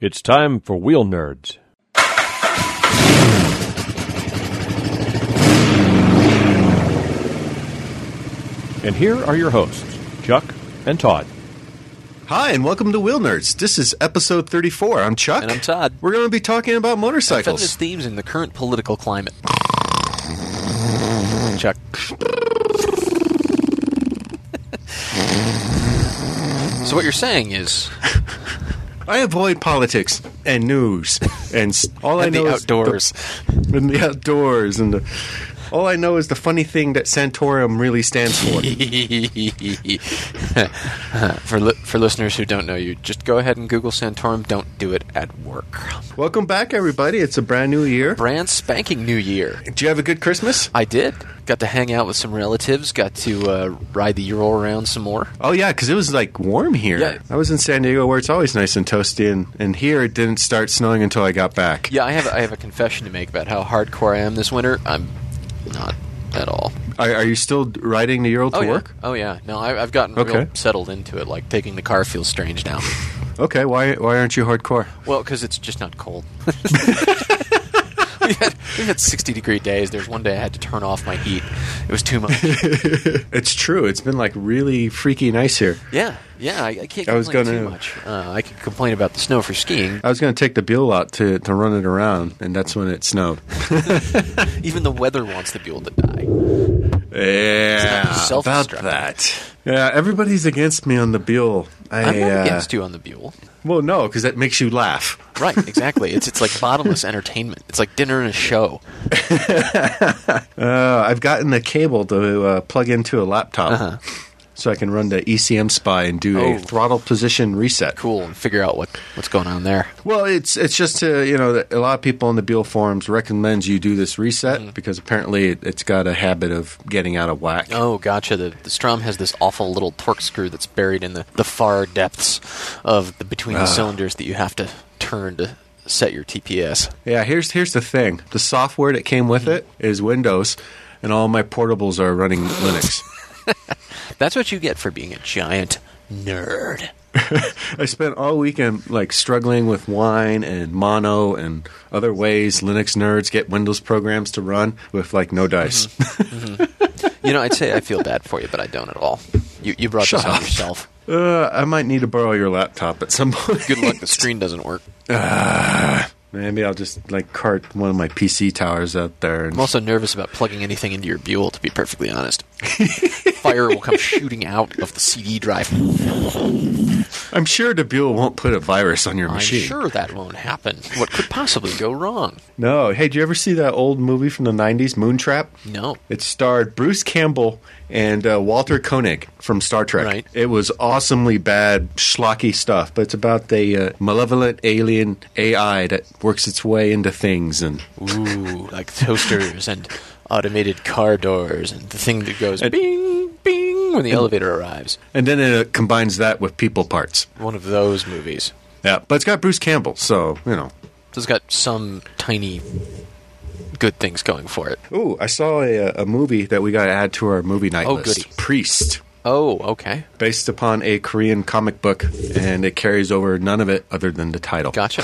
It's time for Wheel Nerds. And here are your hosts, Chuck and Todd. Hi, and welcome to Wheel Nerds. This is episode 34. I'm Chuck. And I'm Todd. We're going to be talking about Feminist motorcycles. themes in the current political climate. Chuck. so what you're saying is I avoid politics and news and s- all I and know the is the- outdoors. and the outdoors and the, all I know is the funny thing that Santorum really stands for. for li- for listeners who don't know you, just go ahead and Google Santorum. Don't do it at work. welcome back, everybody. It's a brand new year. Brand spanking new year. Did you have a good Christmas? I did. Got to hang out with some relatives. Got to uh, ride the Euro around some more. Oh yeah, because it was like warm here. Yeah. I was in San Diego where it's always nice and toasty, and, and here it didn't start snowing until I got back. Yeah, I have I have a confession to make about how hardcore I am this winter. I'm not at all. Are, are you still riding the Ural to Oh work? yeah. Oh yeah. No, I, I've gotten Okay. real settled into it. Like taking the car feels strange now. Okay, why why aren't you hardcore? well, because it's just not cold. we had we had sixty degree days. There's one day I had to turn off my heat. It was too much. It's true. It's been like really freaky nice here. yeah, yeah. I, I can't. I was complain gonna- too much. Uh, I could complain about the snow for skiing. I was going to take the Buell out to, to run it around, and that's when it snowed. Even the weather wants the Buell to die. Yeah, Self-destruct. that. Yeah, everybody's against me on the Buell. I, I'm not uh, against you on the Buell. Well, no, because that makes you laugh. Right, exactly. it's it's like bottomless entertainment. It's like dinner and a show. Uh, I've gotten the cable to uh, plug into a laptop. So I can run the ECM spy and do a Uh-huh. Oh. throttle position reset. Cool, and figure out what, what's going on there. Well, it's it's just to you know that a lot of people in the Beal forums recommend you do this reset Mm-hmm. because apparently it, it's got a habit of getting out of whack. Oh, gotcha. The, the Strom has this awful little torque screw that's buried in the, the far depths of the between Ah. the cylinders that you have to turn to set your TPS. Yeah, here's here's the thing: the software that came with it is Windows, and all my portables are running Linux. That's what you get for being a giant nerd. I spent all weekend like struggling with wine and mono and other ways Linux nerds get Windows programs to run with like no dice. Mm-hmm. You know, I'd say I feel bad for you, but I don't at all. You, you brought Shut this on up. yourself. uh, I might need to borrow your laptop at some point. Good luck, the screen doesn't work. Maybe I'll just like cart one of my PC towers out there and I'm also nervous about plugging anything into your Buell, to be perfectly honest. Fire will come shooting out of the CD drive. I'm sure DeBuhl won't put a virus on your I'm machine. sure that won't happen. What could possibly go wrong? No. Hey, did you ever see that old movie from the 90s, Moontrap? No. It starred Bruce Campbell and uh, Walter Koenig from Star Trek. Right. It was awesomely bad, schlocky stuff, but it's about the uh, malevolent alien AI that works its way into things. And Ooh, like toasters and automated car doors and the thing that goes bing, bing when the elevator arrives. and then it uh, combines that with people parts. One of those movies. Yeah, but it's got Bruce Campbell, so, you know. So it's got some tiny good things going for it. Ooh, I saw a, uh, a movie that we got to add to our movie night Oh, list goody. Priest. Oh, okay. based upon a Korean comic book, and it carries over none of it other than the title. Gotcha.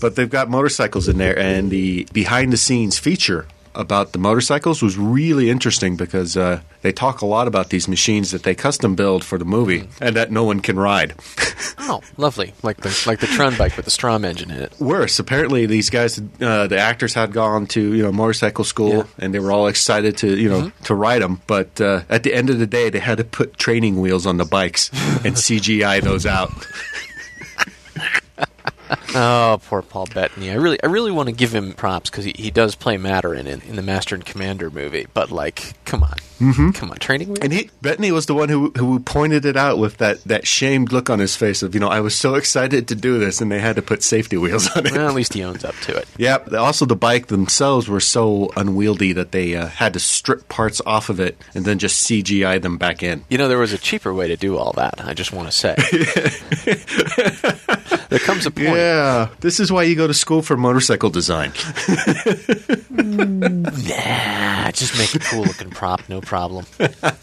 But they've got motorcycles in there, and the behind the scenes feature about the motorcycles was really interesting because uh, they talk a lot about these machines that they custom build for the movie and that no one can ride. Oh, lovely. Like the like the Tron bike with the Strom engine in it. Worse, apparently these guys, uh, the actors had gone to you know motorcycle school, Yeah. and they were all excited to you know to ride them. But uh, at the end of the day, they had to put training wheels on the bikes and CGI those out. Oh, poor Paul Bettany. I really, I really want to give him props because he, he does play Matter in, in the Master and Commander movie. But like, come on, mm-hmm. come on, training wheels. And he, Bettany was the one who who pointed it out with that, that shamed look on his face of, you know, I was so excited to do this, and they had to put safety wheels on it. Well, at least he owns up to it. Yep. Also, the bike themselves were so unwieldy that they uh, had to strip parts off of it and then just CGI them back in. You know, there was a cheaper way to do all that. I just want to say, There comes a point. Yeah, this is why you go to school for motorcycle design. Ah, just make a cool looking prop, no problem.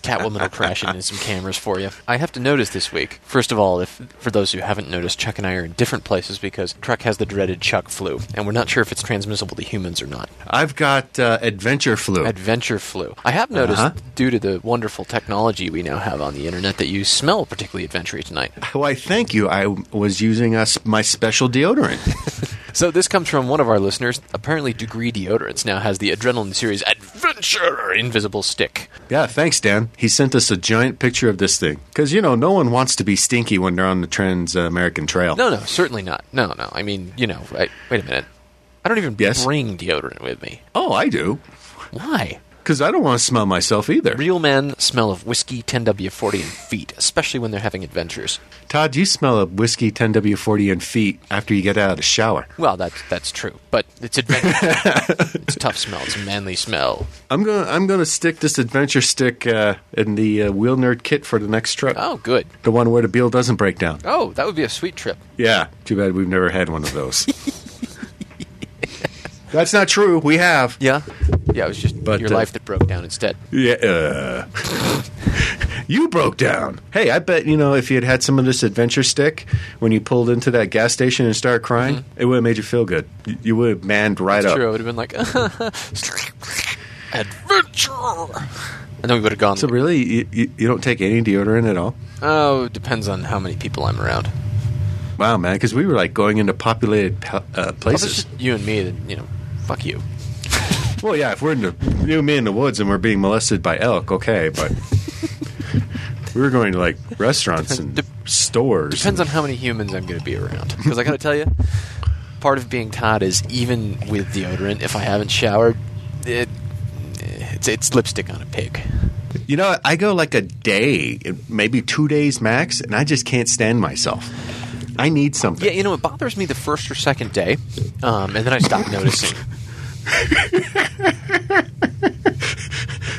Catwoman will crash it into some cameras for you. I have to notice this week. First of all, if for those who haven't noticed, Chuck and I are in different places because Truck has the dreaded Chuck flu, and we're not sure if it's transmissible to humans or not. I've got uh, adventure flu. Adventure flu. I have noticed, Uh-huh. due to the wonderful technology we now have on the internet, that you smell particularly adventurous tonight. Why, thank you. I was using uh, my special deodorant. So this comes from one of our listeners. Apparently, Degree Deodorants now has the Adrenaline Series Adventure Invisible Stick. yeah, thanks, Dan. He sent us a giant picture of this thing. Because, you know, no one wants to be stinky when they're on the Trans uh, American Trail. No, no, certainly not. No, no. I mean, you know, I, wait a minute. I don't even Yes? bring deodorant with me. Oh, I do. Why? Because I don't want to smell myself either. Real men smell of whiskey, 10W40, and feet, especially when they're having adventures. Todd, you smell of whiskey 10W40 and feet after you get out of the shower. Well, that's that's true, but it's adventure. it's a tough smell. It's a manly smell. I'm gonna I'm gonna stick this adventure stick uh, in the uh, wheel nerd kit for the next trip. Oh, good. The one where the wheel doesn't break down. Oh, that would be a sweet trip. Yeah, too bad we've never had one of those. That's not true. We have. Yeah, yeah. It was just But, your uh, life that broke down instead. Yeah. Uh, you broke down. Hey, I bet you know if you had had some of this adventure stick when you pulled into that gas station and started crying, it would have made you feel good. You, you would have manned right It's up. Mm-hmm. true. I would have been like adventure, and then we would have gone. So really, you, you, you don't take any deodorant at all? oh, depends on how many people I'm around. Wow, man, because we were like going into populated pa- uh, Well, If it's places. just you and me, then you know, fuck you. Well, yeah, if we're in the you and me in the woods and we're being molested by elk, okay, but we were going to like restaurants and Dep- stores. Depends on how many humans I'm going to be around. Because I got to tell you, part of being Todd is even with deodorant. If I haven't showered, it it's, it's lipstick on a pig. you know, I go like a day, maybe two days max, and I just can't stand myself. I need something. Yeah, you know, it bothers me the first or second day, um, and then I stop noticing.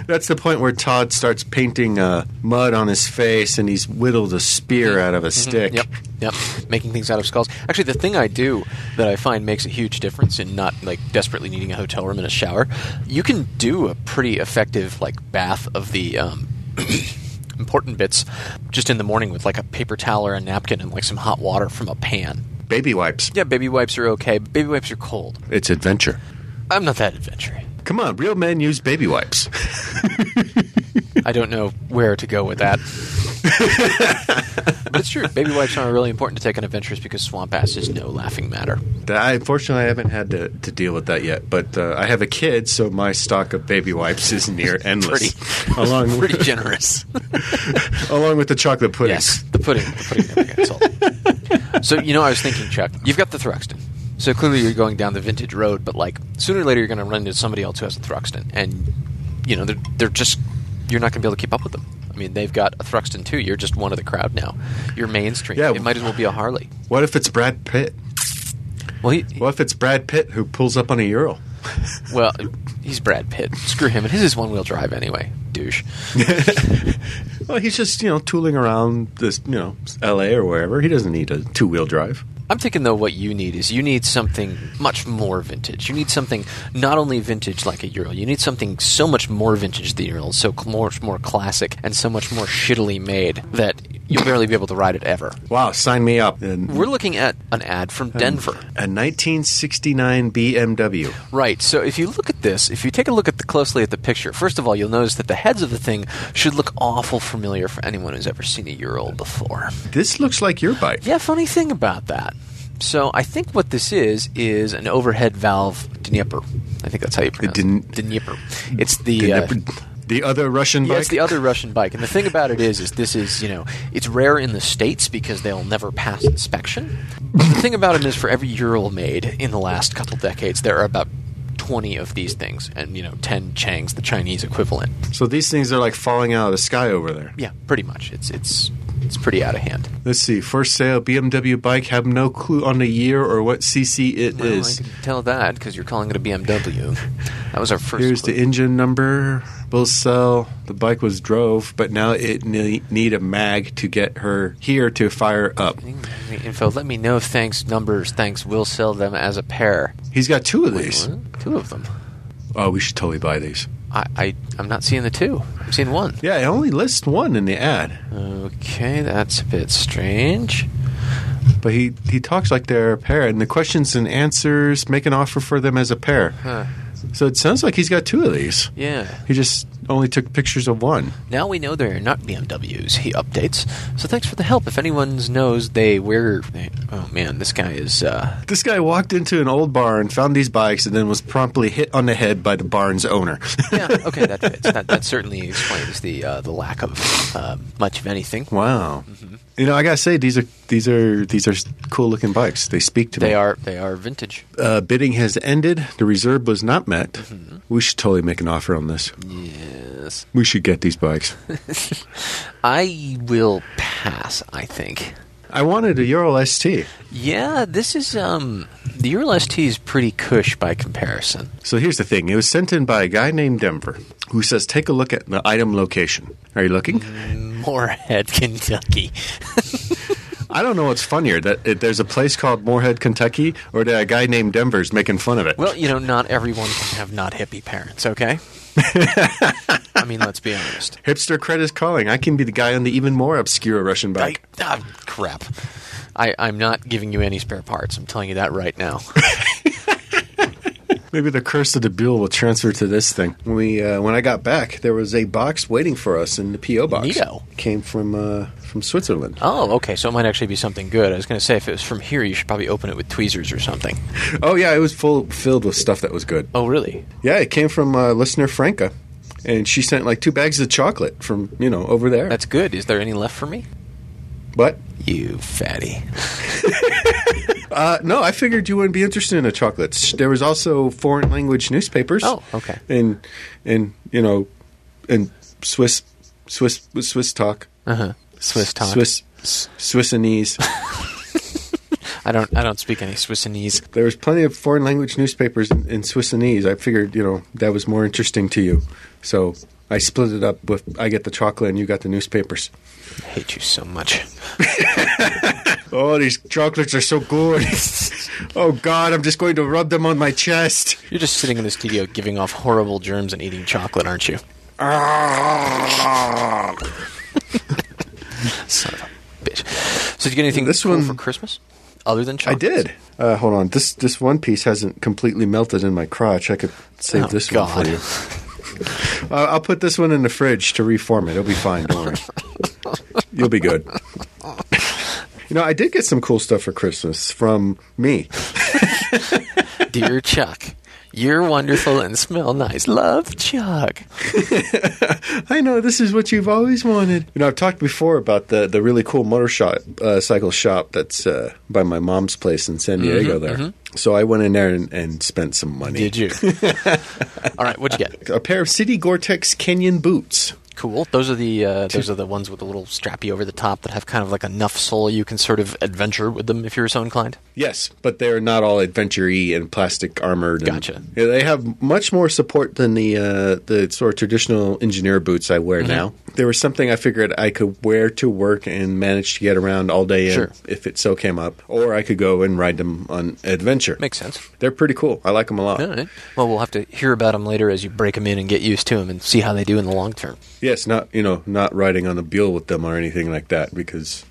That's the point where Todd starts painting uh, mud on his face, and he's whittled a spear out of a stick. Mm-hmm. Yep, yep. Making things out of skulls. Actually, the thing I do that I find makes a huge difference in not like desperately needing a hotel room and a shower. You can do a pretty effective like bath of the um, important bits just in the morning with like a paper towel or a napkin and like some hot water from a pan. Baby wipes. Yeah, baby wipes are okay. but Baby wipes are cold. It's adventure. I'm not that adventurous. Come on, real men use baby wipes. I don't know where to go with that. but it's true. Baby wipes are really important to take on adventures because swamp ass is no laughing matter. I unfortunately I haven't had to, to deal with that yet, but uh, I have a kid, so my stock of baby wipes is near endless. along Pretty with, generous. along with the chocolate pudding. Yes, the pudding. The pudding never gets old. so you know, I was thinking, Chuck, you've got the Thruxton. So clearly, you're going down the vintage road, but like sooner or later, you're going to run into somebody else who has a Thruxton, and you know they're they're just you're not going to be able to keep up with them. I mean, they've got a Thruxton too. You're just one of the crowd now. You're mainstream. Yeah. It might as well be a Harley. What if it's Brad Pitt? Well, he, What if it's Brad Pitt who pulls up on a Ural? well, he's Brad Pitt. Screw him, and his is one wheel drive anyway. Douche. Well, he's just you know tooling around this you know L.A. or wherever. He doesn't need a two wheel drive. I'm thinking though, what you need is you need something much more vintage. You need something not only vintage like a Ural. You need something so much more vintage than Ural, so cl- much more classic and so much more shittily made that you'll barely be able to ride it ever. Wow, sign me up. And We're looking at an ad from Denver. a 1969 BMW. Right. So if you look at this, if you take a look at the closely at the picture, first of all, you'll notice that the heads of the thing should look awful familiar for anyone who's ever seen a Ural before. This looks like your bike. Yeah, funny thing about that. So I think what this is is an overhead valve dnieper. I think that's how you pronounce it. didn't- Dnieper. It's the uh, the other Russian yeah, bike. it's the other Russian bike. And the thing about it is, is this is you know, it's rare in the states because they'll never pass inspection. But the thing about it is, for every Ural made in the last couple decades, there are about twenty of these things, and you know, ten Changs, the Chinese equivalent. so these things are like falling out of the sky over there. Yeah, pretty much. It's it's it's pretty out of hand. Let's see. First sale BMW bike. Have no clue on the year or what CC it is. Well, I can tell that because you're calling it a BMW. That was our first. Here's clue. the engine number. will sell. The bike was drove, but now it ne- need a mag to get her here to fire up. Info. Let me know if thanks numbers thanks will sell them as a pair. He's got two of these. What? Two of them. Oh, we should totally buy these. I, I I'm not seeing the two. I'm seeing one. Yeah, it only lists one in the ad, Okay, that's a bit strange. but he, he talks like they're a pair, and the questions and answers make an offer for them as a pair. Huh. So it sounds like he's got two of these. Yeah. He just only took pictures of one. Now we know they're not BMWs. He updates. So thanks for the help. If anyone knows they were, they, oh man, this guy is. Uh, This guy walked into an old barn, found these bikes, and then was promptly hit on the head by the barn's owner. yeah, okay, that fits. That, that certainly explains the uh, the lack of uh, much of anything. wow. You know, I gotta say these are these are these are cool looking bikes. They speak to me. They are they are vintage. Uh, bidding has ended. The reserve was not met. We should totally make an offer on this. Yes, We should get these bikes. I will pass. I think. I wanted a Euro ST. Yeah, this is um the Ural ST is pretty cush by comparison. So here's the thing. It was sent in by a guy named Denver, who says, "Take a look at the item location. Are you looking?" Moorhead, Kentucky. I don't know what's funnier that it, there's a place called Moorhead, Kentucky, or that a guy named Denver's making fun of it. Well, you know, not everyone can have not hippie parents, okay? I mean, let's be honest. Hipster cred is calling. I can be the guy on the even more obscure Russian I, bike. ah, crap. I, I'm not giving you any spare parts. I'm telling you that right now. Maybe the curse of the Buell will transfer to this thing. When we uh, when I got back, there was a box waiting for us in the PO box. Neato. Came from uh, from Switzerland. Oh, okay. So it might actually be something good. I was going to say, if it was from here, you should probably open it with tweezers or something. Oh yeah, it was full filled with stuff that was good. Oh, really? Yeah, it came from uh, listener Franca, and she sent like two bags of chocolate from you know over there. That's good. Is there any left for me? but You fatty. Uh, no, I figured you wouldn't be interested in the chocolates. There was also foreign language newspapers. Oh, okay. And and you know, and Swiss Swiss Swiss talk. Uh huh. Swiss talk. Swiss S- Swissanese. I don't. I don't speak any Swissanese. there was plenty of foreign language newspapers in, in Swissanese. I figured you know that was more interesting to you, so I split it up with I get the chocolate and you got the newspapers. I hate you so much. Oh, these chocolates are so good. oh God, I'm just going to rub them on my chest. You're just sitting in the studio giving off horrible germs and eating chocolate, aren't you? Ah. Son of a bitch. So did you get anything This cool one- for Christmas? Other than I chocolate? did. Uh, hold on. This this one piece hasn't completely melted in my crotch. I could save Oh, this one God. for you. Uh, I'll put this one in the fridge to reform it. It'll be fine. Don't worry. You'll be good. You know, I did get some cool stuff for Christmas from me. Dear Chuck, you're wonderful and smell nice. Love Chuck. I know this is what you've always wanted. You know, I've talked before about the, the really cool motorcycle uh, cycle shop that's uh, by my mom's place in San Diego there. So I went in there and, and spent some money. Did you? All right, what'd you get? a pair of City Gore-Tex Canyon boots. Cool. Those are the uh, those are the ones with the little strappy over the top that have kind of like enough sole you can sort of adventure with them if you're so inclined. Yes, but they're not all adventure-y and plastic armored. and- Gotcha. Yeah, they have much more support than the uh, the sort of traditional engineer boots I Mm-hmm. wear now. There was something I figured I could wear to work and manage to get around all day in Sure. if it so came up, or I could go and ride them on adventure. Makes sense. They're pretty cool. I like them a lot. All right. Well, we'll have to hear about them later as you break them in and get used to them and see how they do in the long term. Yes, not you know not riding on the Buell with them or anything like that because.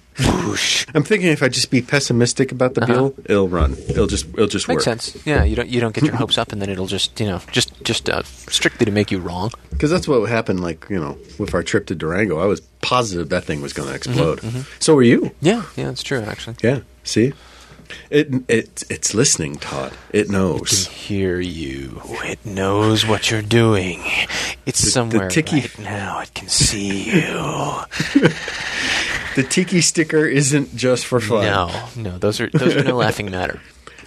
Whoosh. I'm thinking if I just be pessimistic about the Buell, it'll run. It'll just it'll just Uh-huh. Makes work. sense. Yeah, you don't you don't get your hopes up, and then it'll just you know just just uh, strictly to make you wrong. Because that's what happened, like, you know, with our trip to Durango. I was positive that thing was going to explode. So were you. Yeah, yeah, it's true actually. Yeah. See? It, it It's listening, Todd. It knows. Hear you. It knows what you're doing. It's somewhere ticky- right now. It can see you. The tiki sticker isn't just for fun. No, no, those are those are no laughing matter.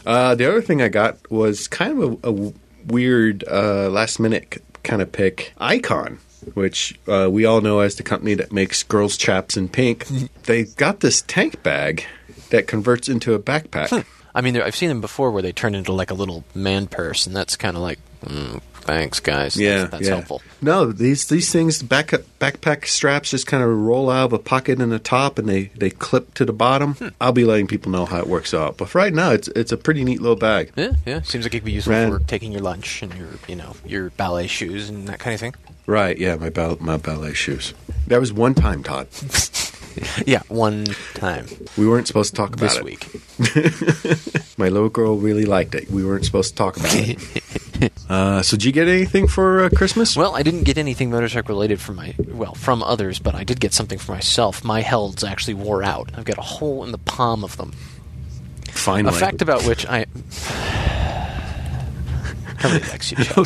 Uh, the other thing I got was kind of a, a weird uh, last minute kind of pick Icon, which uh, we all know as the company that makes girls' chaps in pink. they got this tank bag that converts into a backpack. I mean, there- I've seen them before where they turn into like a little man purse, and that's kind of like, mm, thanks, guys. Yeah, that's, that's yeah. helpful. No, these these things back backpack straps just kind of roll out of a pocket in the top, and they they clip to the bottom. Hmm. I'll be letting people know how it works out, but for right now, it's it's a pretty neat little bag. Yeah, yeah. Seems like it could be useful Ran- for taking your lunch and your, you know, your ballet shoes and that kind of thing. Right? Yeah, my bal- my ballet shoes. That was one time, Todd. Yeah, one time We weren't supposed to talk about this it. week. My little girl really liked it. We weren't supposed to talk about it. uh, so, did you get anything for uh, Christmas? Well, I didn't get anything motorcycle related from my well from others, but I did get something for myself. My helds actually wore out. I've got a hole in the palm of them. A Finally, fact about which I. How many likes you, Joe?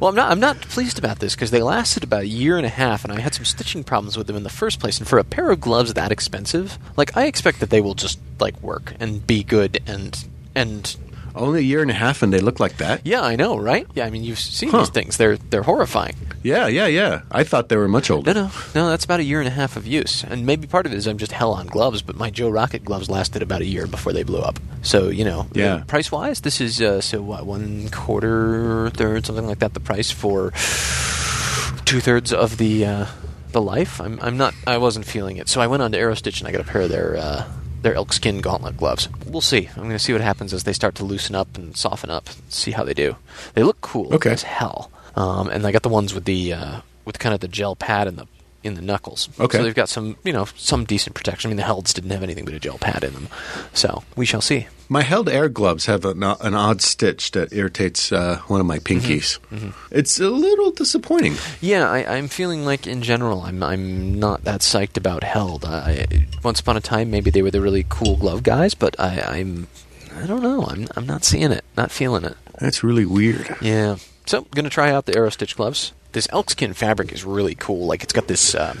Well, I'm not. I'm not pleased about this because they lasted about a year and a half, and I had some stitching problems with them in the first place. And for a pair of gloves that expensive, like I expect that they will just like work and be good and and only a year and a half, and they look like that. yeah, I know, right? Yeah, I mean you've seen Huh. these things. They're they're horrifying. Yeah, yeah, yeah. I thought they were much older. No, no, no. That's about a year and a half of use, and maybe part of it is I'm just hell on gloves. But my Joe Rocket gloves lasted about a year before they blew up. So you know, Yeah. Price wise, this is uh, so what one quarter, third, something like that. The price for two thirds of the uh, the life. I'm, I'm not. I wasn't feeling it. So I went on to Aerostitch and I got a pair of their. Uh, their elk skin gauntlet gloves. We'll see. I'm going to see what happens as they start to loosen up and soften up. See how they do. They look cool Okay. as hell. Um, and I got the ones with the uh, with kind of the gel pad in the in the knuckles. Okay. So they've got some you know some decent protection. I mean the Helds didn't have anything but a gel pad in them. So we shall see. My held air gloves have an, an odd stitch that irritates uh, one of my pinkies. Mm-hmm. It's a little disappointing. Yeah, I, I'm feeling like in general, I'm I'm not that psyched about Held. I, I- once upon a time, maybe they were the really cool glove guys, but I, I'm I don't know. I'm I'm not seeing it, not feeling it. That's really weird. Yeah. So gonna try out the Aerostitch gloves. This elk skin fabric is really cool. Like it's got this. Um,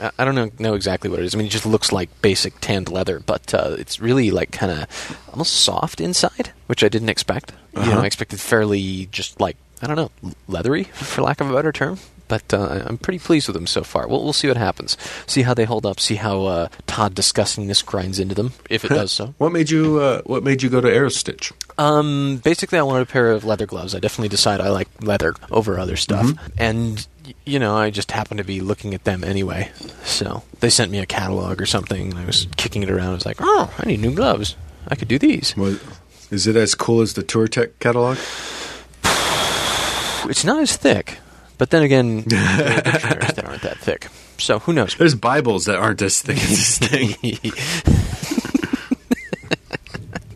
I- I don't know, know exactly what it is. I mean, it just looks like basic tanned leather, but uh, it's really like kind of almost soft inside, which I didn't expect. You know, I expected fairly just like I don't know, leathery for lack of a better term. But uh, I'm pretty pleased with them so far. We'll, we'll see what happens. See how they hold up. See how uh, Todd discussing this grinds into them, if it does so. What made you uh, What made you go to air stitch? Um, basically, I wanted a pair of leather gloves. I definitely decide I like leather over other stuff, and y- you know, I just happened to be looking at them anyway. So they sent me a catalog or something, and I was kicking it around. I was like, "Oh, I need new gloves. I could do these." Was, is it as cool as the Tour Tech catalog? It's not as thick, but then again, there are dictionaries that aren't that thick. So who knows? There's Bibles that aren't as thick as this thing.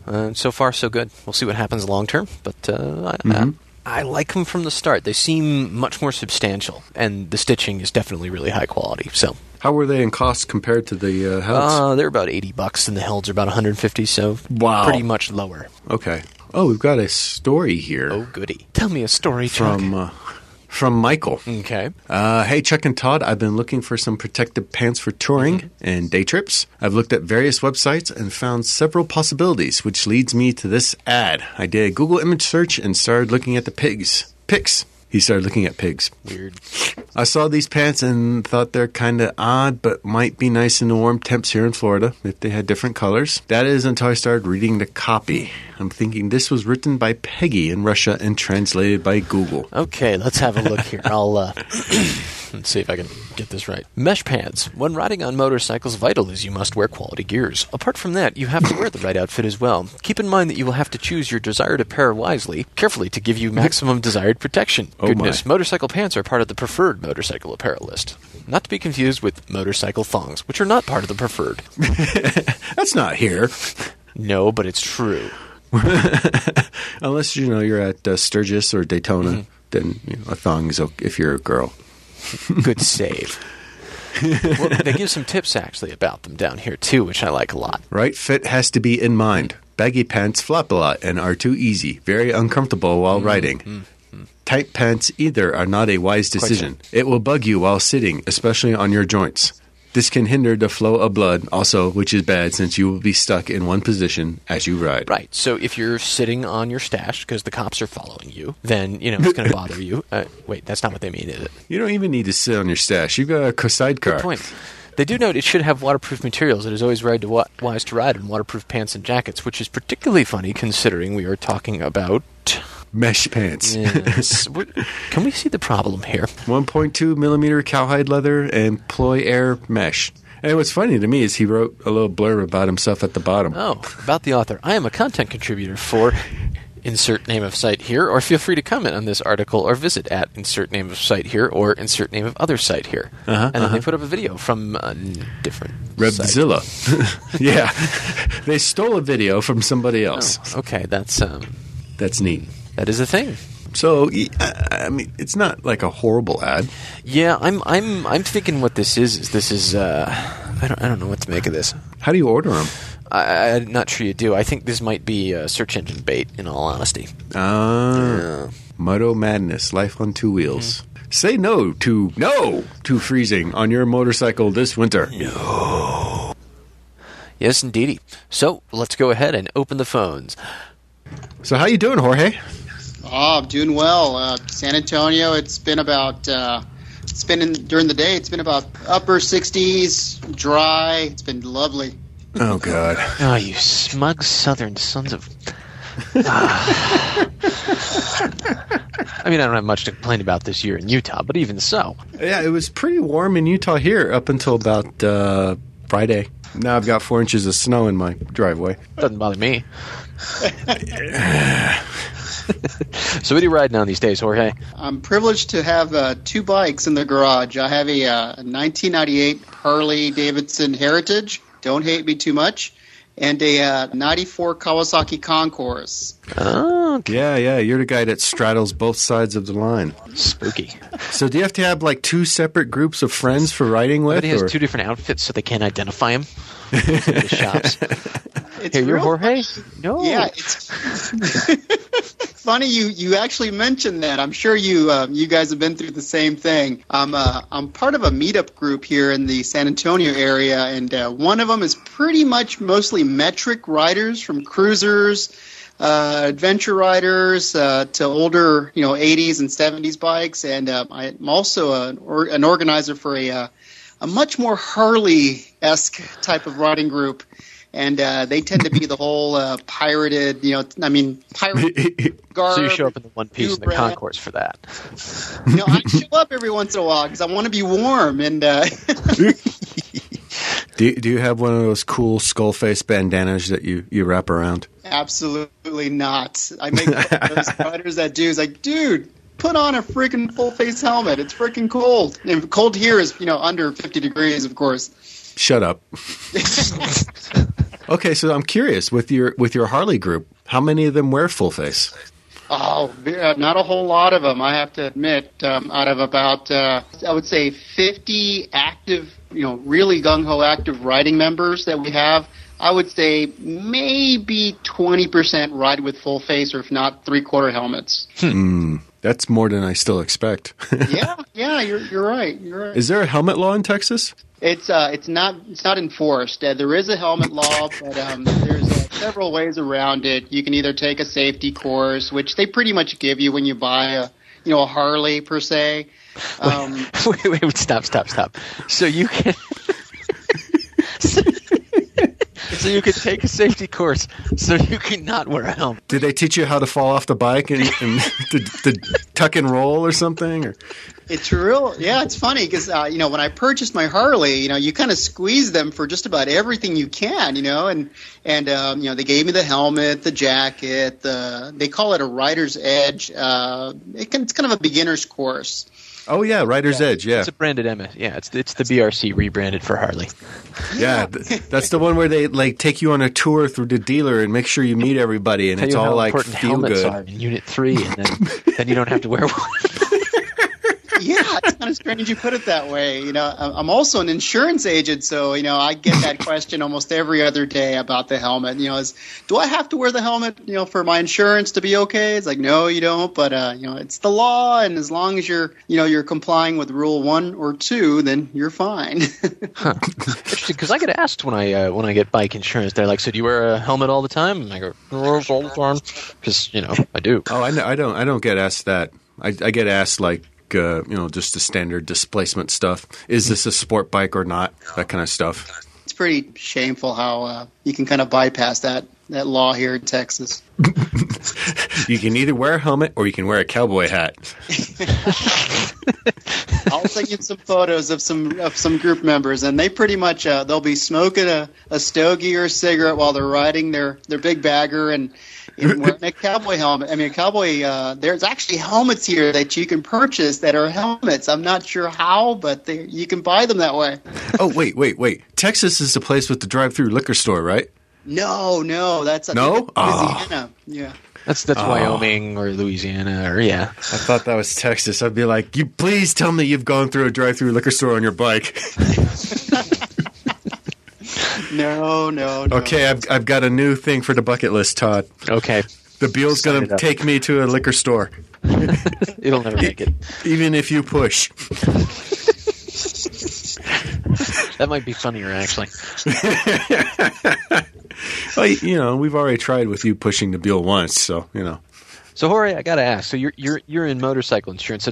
Uh, so far, so good. We'll see what happens long term, but uh, I, I, I like them from the start. They seem much more substantial, and the stitching is definitely really high quality. So How were they in cost compared to the uh, helds? Uh, they're about 80 bucks, and the Helds are about 150, so Wow. pretty much lower. okay. Oh, we've got a story here Oh, goody. Tell me a story, Chuck. from uh, from Michael. Okay. Uh, hey, Chuck and Todd, I've been looking for some protective pants for touring and day trips. I've looked at various websites and found several possibilities, which leads me to this ad. I did a Google image search and started looking at the pigs. Pigs. He started looking at pigs. Weird. I saw these pants and thought they're kind of odd, but might be nice in the warm temps here in Florida if they had different colors. That is until I started reading the copy. I'm thinking this was written by Peggy in Russia and translated by Google. Okay, let's have a look here. I'll uh, let's see if I can get this right. Mesh pants. When riding on motorcycles, vital is you must wear quality gears. Apart from that, you have to wear the right outfit as well. Keep in mind that you will have to choose your desired apparel wisely, carefully to give you maximum desired protection. Oh my. Goodness, motorcycle pants are part of the preferred motorcycle apparel list. Not to be confused with motorcycle thongs, which are not part of the preferred. That's not here. No, but it's true. Unless you know you're at uh, Sturgis or Daytona, Mm-hmm. then you know, a thong is okay if you're a girl. Good save. well, they give some tips actually about them down here too, which I like a lot. Right fit has to be in mind. Baggy pants flop a lot and are too easy, very uncomfortable while Mm-hmm. riding. Tight pants either are not a wise decision. It will bug you while sitting, especially on your joints. This can hinder the flow of blood, also, which is bad since you will be stuck in one position as you ride. Right. So if you're sitting on your stash because the cops are following you, then you know it's going to bother you. Uh, wait, that's not what they mean, is it? You don't even need to sit on your stash. You've got a sidecar. Point. They do note it should have waterproof materials. It is always right to wa- wise to ride in waterproof pants and jackets, which is particularly funny considering we are talking about. Mesh pants. Yes. What- Can we see the problem here? 1.2 millimeter cowhide leather and ploy air mesh. And what's funny to me is he wrote a little blurb about himself at the bottom. Oh, about the author. I am a content contributor for insert name of site here, or feel free to comment on this article or visit at insert name of site here or insert name of other site here. Uh-huh, and then they put up a video from a n- different site. Revzilla. yeah. they stole a video from somebody else. Oh, okay, that's um, That's neat. that is a thing. So, y- I I mean, it's not like a horrible ad. Yeah, I'm I'm I'm thinking what this is is this is uh, I don't I don't know what to make of this. How do you order them? I, I, I'm not sure you do. I think this might be uh, search engine bait. In all honesty, Ah. Moto Madness, Life on Two Hmm. Wheels. Say no to, no to freezing on your motorcycle this winter. yes, indeedy. So let's go ahead and open the phones. So, how you doing, Jorge? Oh, I'm doing well. Uh, San Antonio. It's been about. Uh, it's been in, during the day. It's been about upper 60s, dry. It's been lovely. Oh, God. Oh, you smug Southern sons of. Ah. I mean, I don't have much to complain about this year in Utah, but even so, Yeah, it was pretty warm in Utah here up until about uh, Friday. Now I've got four inches of snow in my driveway. doesn't bother me. so, what are you riding on these days, Jorge? I'm privileged to have uh, two bikes in the garage. I have a, uh, 1998 Harley Davidson Heritage. Don't hate me too much. And a uh, 94 Kawasaki Concourse. Oh, Yeah, yeah, you're the guy that straddles both sides of the line. spooky. So do you have to have like two separate groups of friends for riding with? Everybody has or- two different outfits, so they can't identify him. the shops. It's Here, you're real Jorge. No. Yeah, it's funny you you actually mentioned that. I'm sure you um, you guys have been through the same thing. I'm uh, I'm part of a meetup group here in the San Antonio area, and uh, one of them is pretty much mostly metric riders from cruisers. Uh, adventure riders uh, to older, you know, 80s and 70s bikes, and uh, I'm also an, or- an organizer for a uh, a much more Harley esque type of riding group, and uh, they tend to be the whole uh, pirated, you know, I mean, pirated garb. So you show up in the one piece you in the brand. concourse for that. You know, I show up every once in a while because I want to be warm, and uh, do, do you have one of those cool skull face bandanas that you, you wrap around? absolutely not. I make fun of those riders that do. It's like, dude. Put on a freaking full face helmet. It's freaking cold. And cold here is, you know, under 50 degrees, of course. Shut up. okay, so I'm curious with your with your Harley group, how many of them wear full face? Oh, yeah, not a whole lot of them, I have to admit. Um, out of about, uh, I would say, 50 active, you know, really gung ho active riding members that we have, I would say maybe 20% ride with full face, or if not, three quarter helmets. That's more than I still expect. yeah, yeah, you're, you're right. You're right. Is there a helmet law in Texas? It's uh, it's not it's not enforced. Uh, there is a helmet law, but um, there's uh, several ways around it. You can either take a safety course, which they pretty much give you when you buy a you know a Harley per se. Um, wait, wait, wait, stop, stop, stop. So you can. so you can take a safety course so you can not wear a helmet. Did they teach you how to fall off the bike and, and to, to tuck and roll or something? Or It's real, yeah. It's funny because uh, you know when I purchased my Harley, you know you kind of squeeze them for just about everything you can, you know, and and um, you know they gave me the helmet, the jacket, the they call it a rider's edge. Uh, it can, it's kind of a beginner's course. oh yeah, Rider's Edge. Yeah, It's a branded Emma. Yeah, it's it's the BRC rebranded for Harley. yeah. Th- That's the one where they like take you on a tour through the dealer and make sure you meet everybody, and Tell it's you how all like important feel helmets good. are in Unit Three, and then, then you don't have to wear one. yeah, it's kind of strange you put it that way. You know, I- I'm also an insurance agent, so you know I get that question almost every other day about the helmet. You know, is do I have to wear the helmet? You know, for my insurance to be okay? It's like no, you don't. But uh, you know, it's the law, and as long as you're you know you're complying with rule one or two, then you're fine. Interesting, because I get asked when I uh, when I get bike insurance, they're like, "So do you wear a helmet all the time?" And I go, "Yes, all the time," because you know I do. Oh, I know. I don't. I don't get asked that. I, I get asked like, like uh, you know just the standard displacement stuff. Is this a sport bike or not? That kind of stuff. It's pretty shameful how uh, you can kind of bypass that, that law here in Texas. You can either wear a helmet or you can wear a cowboy hat. I'll send you some photos of some of some group members, and they pretty much uh, they'll be smoking a, a stogie or a cigarette while they're riding their, their big bagger and, and wearing a cowboy helmet. I mean, a cowboy. Uh, there's actually helmets here that you can purchase that are helmets. I'm not sure how, but they, you can buy them that way. Oh wait, wait, wait! Texas is the place with the drive-through liquor store, right? No, no, that's I No? think that's Ah. Louisiana. Yeah. That's that's Wyoming or Louisiana or yeah. I thought that was Texas. I'd be like, you please tell me you've gone through a drive-through liquor store on your bike. No, no, no. Okay, I've I've got a new thing for the bucket list, Todd. Okay, The Beale's Sign going it to up. take me to a liquor store, it'll never make it. even if you push. That might be funnier actually. Well, y- you know, we've already tried with you pushing the Beale once, so you know. So Jorge, I gotta ask. So you're you're you're in motorcycle insurance. So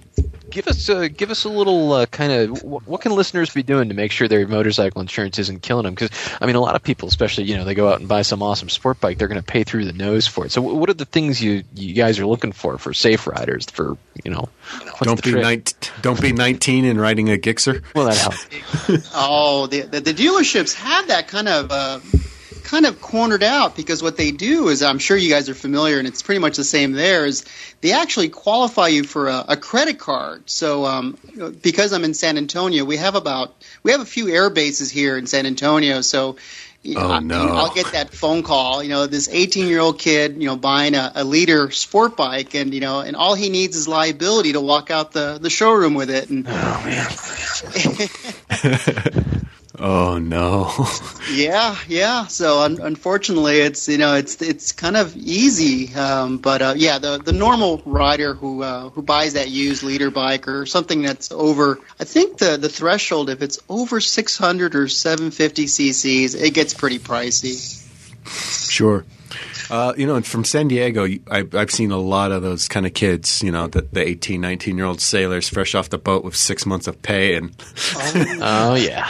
give us a, give us a little uh, kind of wh- what can listeners be doing to make sure their motorcycle insurance isn't killing them? Because I mean, a lot of people, especially you know, they go out and buy some awesome sport bike, they're going to pay through the nose for it. So wh- what are the things you you guys are looking for for safe riders? For you know, what's don't the be trick? nine- don't be 19 and riding a Gixxer. Well, that helps. Oh, the, the, the dealerships have that kind of uh, kind of cornered out because what they do is, I'm sure you guys are familiar, and it's pretty much the same there. Is they actually qualify you for a, a credit card. So um, because I'm in San Antonio, we have about we have a few air bases here in San Antonio. So. you know, Oh, I- no. I'll get that phone call. You know, this 18 year old kid, you know, buying a, a liter sport bike, and you know, and all he needs is liability to walk out the, the showroom with it. And Oh no! Yeah, yeah. So un- unfortunately, it's you know it's it's kind of easy, um, but uh, yeah, the the normal rider who uh, who buys that used leader bike or something that's over, I think the the threshold if it's over 600 or 750 cc's, it gets pretty pricey. sure. Uh, you know, and from San Diego, you- I, I've seen a lot of those kind of kids. You know, the, the 18, 19 year old sailors fresh off the boat with six months of pay, and Oh yeah,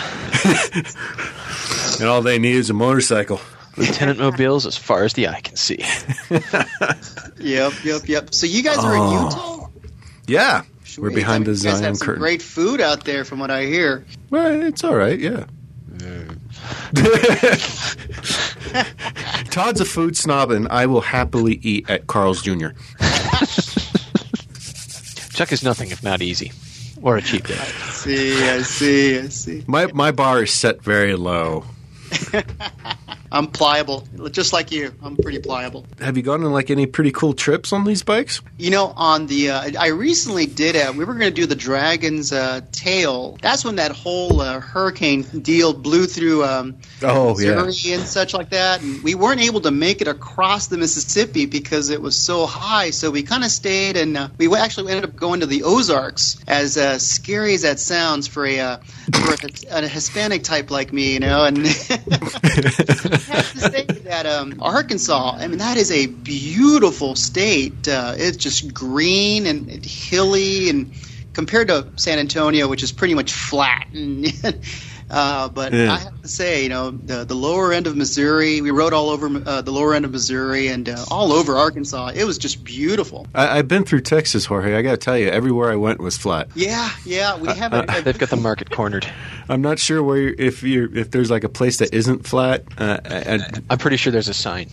and all they need is a motorcycle. Lieutenant Mobiles, as far as the eye can see. Yep, yep, yep. So you guys are in Utah. Yeah, we're Wait, Oh. behind I mean, the you guys Zion have some curtain. Great food out there, from what I hear. Well, it's all right. Yeah. Todd's a food snob, and I will happily eat at Carl's Jr. Chuck is nothing if not easy, or a cheap day. See, I see, I see. My my bar is set very low. I'm pliable, just like you. I'm pretty pliable. Have you gone on like any pretty cool trips on these bikes? You know, on the uh, I recently did a. We were going to do the Dragon's uh, Tail. That's when that whole uh, hurricane deal blew through. Um, Oh Missouri and such like that. And we weren't able to make it across the Mississippi because it was so high. So we kind of stayed, and uh, we actually ended up going to the Ozarks. As uh, scary as that sounds for a uh, for a, a Hispanic type like me, you know. And I have to say that um, Arkansas. I mean, that is a beautiful state. Uh, it's just green and hilly and. Compared to San Antonio, which is pretty much flat, and uh, but Yeah. I have to say, you know, the, the lower end of Missouri, we rode all over uh, the lower end of Missouri and uh, all over Arkansas. It was just beautiful. I, I've been through Texas, Jorge. I got to tell you, everywhere I went was flat. Yeah, yeah, we have a, a- They've got the market cornered. I'm not sure where you're, if you if there's like a place that isn't flat. Uh, and I'm pretty sure there's a sign.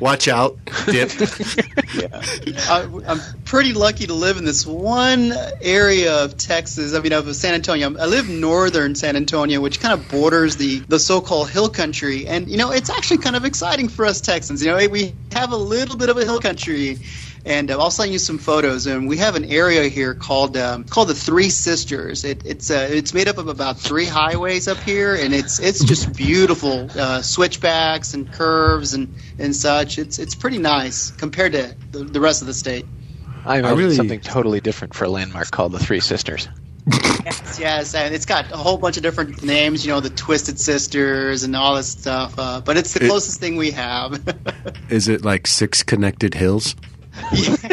watch out, dip. I, I'm pretty lucky to live in this one area of Texas. I mean, of San Antonio. I live northern San Antonio, which kind of borders the the so-called hill country. And you know, it's actually kind of exciting for us Texans. You know, we have a little bit of a hill country. And uh, I'll send you some photos. And we have an area here called um, called the Three Sisters. It, it's uh, it's made up of about three highways up here, and it's it's just beautiful uh, switchbacks and curves and, and such. It's it's pretty nice compared to the, the rest of the state. I imagine really- something totally different for a landmark called the Three Sisters. Yes, yes, and it's got a whole bunch of different names. You know, the Twisted Sisters and all this stuff. Uh, but it's the It- closest thing we have. Is it like six connected hills? it's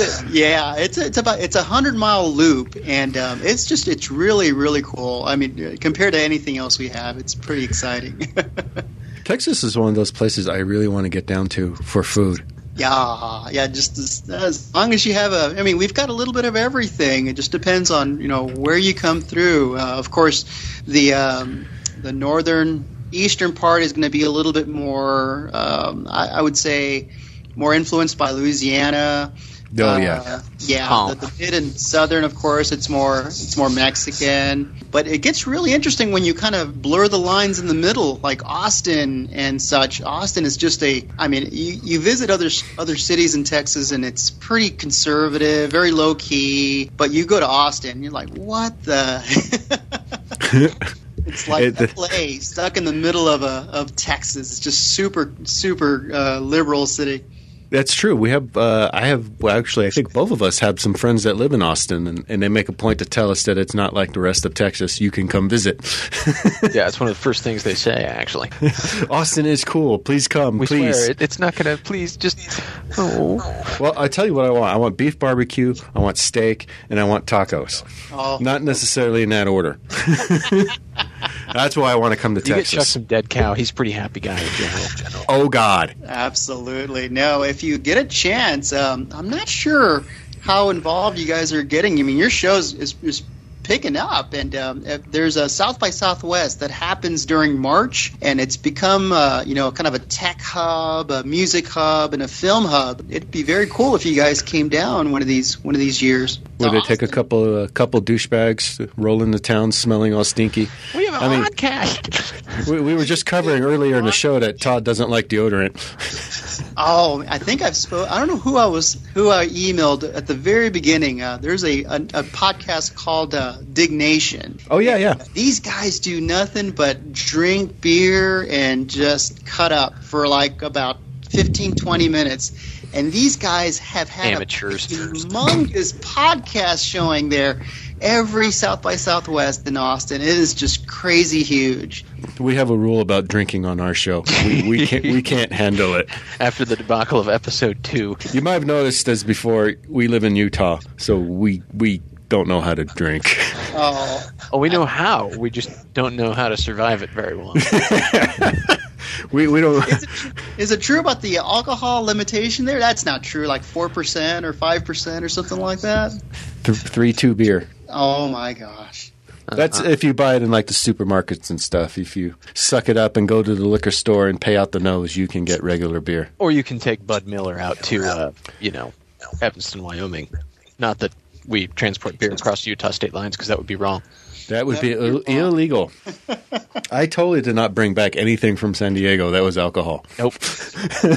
a, yeah, it's a, it's about it's a hundred mile loop, and um, it's just it's really really cool. I mean, compared to anything else we have, it's pretty exciting. Texas is one of those places I really want to get down to for food. Yeah, yeah. Just as, as long as you have a, I mean, we've got a little bit of everything. It just depends on you know where you come through. Uh, of course, the um, the northern eastern part is going to be a little bit more. Um, I, I would say more influenced by Louisiana. Uh, Oh, yeah. yeah. Oh. The, the mid and southern, of course, it's more it's more Mexican, but it gets really interesting when you kind of blur the lines in the middle, like Austin and such. Austin is just a, I mean, you, you visit other other cities in Texas, and it's pretty conservative, very low key. But you go to Austin, you're like, what the. It's like It- a play stuck in the middle of a of Texas. It's just super super uh, liberal city. That's true. We have, uh, I have, well, actually, I think both of us have some friends that live in Austin, and, and they make a point to tell us that it's not like the rest of Texas. You can come visit. yeah, it's one of the first things they say. Actually, Austin is cool. Please come, we please. swear it, it's not gonna. Please, just oh. Well, I tell you what I want. I want beef barbecue, I want steak, and I want tacos. Oh, Not necessarily in that order. That's why I want to come to You get Chuck Texas. some dead cow. He's a pretty happy guy in general. Oh God! absolutely no. If you get a chance, um, I'm not sure how involved you guys are getting. I mean, your shows is, is picking up, and um, if there's a South by Southwest that happens during March, and it's become uh, you know kind of a tech hub, a music hub, and a film hub. It'd be very cool if you guys came down one of these one of these years. Where Oh, they take a Austin. couple, a couple douchebags, roll into town, smelling all stinky. We have a I mean- podcast. We, we were just covering earlier in the show that Todd doesn't like deodorant. Oh, I think I've spoke. I don't know who I was, who I emailed at the very beginning. Uh, there's a, a a podcast called uh, Dignation. Oh yeah, yeah. These guys do nothing but drink beer and just cut up for like about 15, 20 minutes. And these guys have had Amateurs. a humongous podcast showing there every South by Southwest in Austin. It is just crazy huge. We have a rule about drinking on our show. We, we can't we can't handle it. After the debacle of episode two, You might have noticed as before. We live in Utah, so we we don't know how to drink. Oh, oh, we know how. We just don't know how to survive it very well. We we don't. Is it true about the alcohol limitation there? That's not true, like 4% or 5% or something like that? Th- three two beer. Oh my gosh. That's Uh-huh. if you buy it in like the supermarkets and stuff. If you suck it up and go to the liquor store and pay out the nose, you can get regular beer. Or you can take Bud Miller out to, uh, you know, Evanston, Wyoming. Not that we transport beer across Utah state lines because that would be wrong. That would be Ill- illegal. I totally did not bring back anything from San Diego that was alcohol. Nope.